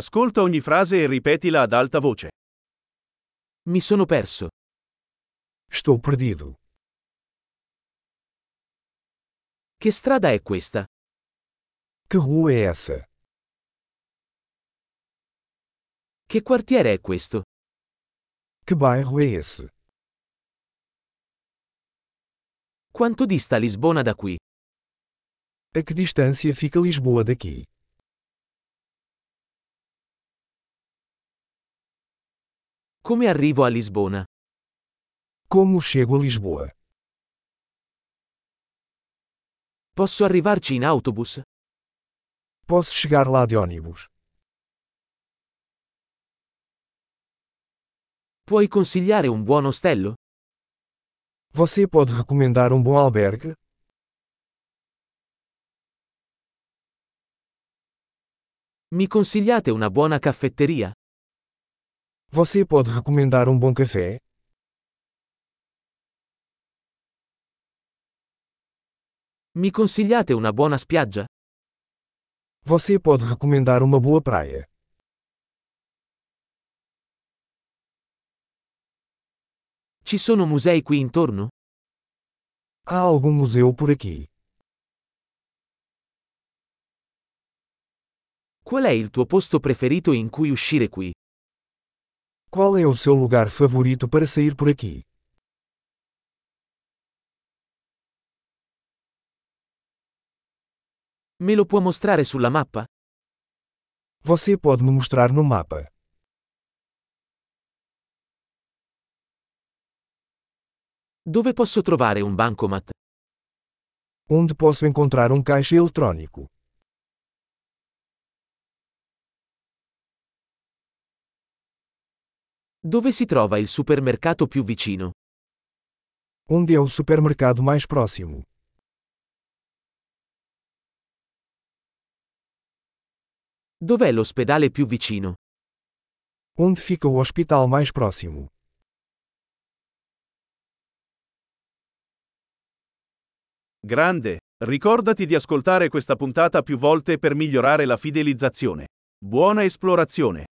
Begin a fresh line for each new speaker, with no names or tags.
Ascolta ogni frase e ripetila ad alta voce.
Mi sono perso.
Estou perdido.
Che strada è questa?
Que rua é essa?
Che quartiere è questo?
Que bairro é esse?
Quanto dista Lisbona da qui?
A que distância fica Lisboa daqui?
Come arrivo a Lisbona?
Como chego a Lisboa?
Posso arrivarci in autobus?
Posso chegar lá de ônibus?
Puoi consigliare un buon ostello?
Você pode recomendar um bom albergue?
Mi consigliate una buona caffetteria?
Você pode recomendar um bom café?
Mi consigliate una buona spiaggia?
Você pode recomendar uma boa praia?
Ci sono musei qui intorno?
Há algum museu por aqui?
Qual è il tuo posto preferito in cui uscire qui?
Qual é o seu lugar favorito para sair por aqui?
Me lo può mostrare sulla mappa?
Você pode me mostrar no mapa.
Dove posso trovare un bancomat?
Onde posso encontrar um caixa eletrônico?
Dove si trova il supermercato più vicino?
Onde é o supermercado mais próximo?
Dov'è l'ospedale più vicino?
Onde fica o hospital mais próximo?
Grande, ricordati di ascoltare questa puntata più volte per migliorare la fidelizzazione. Buona esplorazione!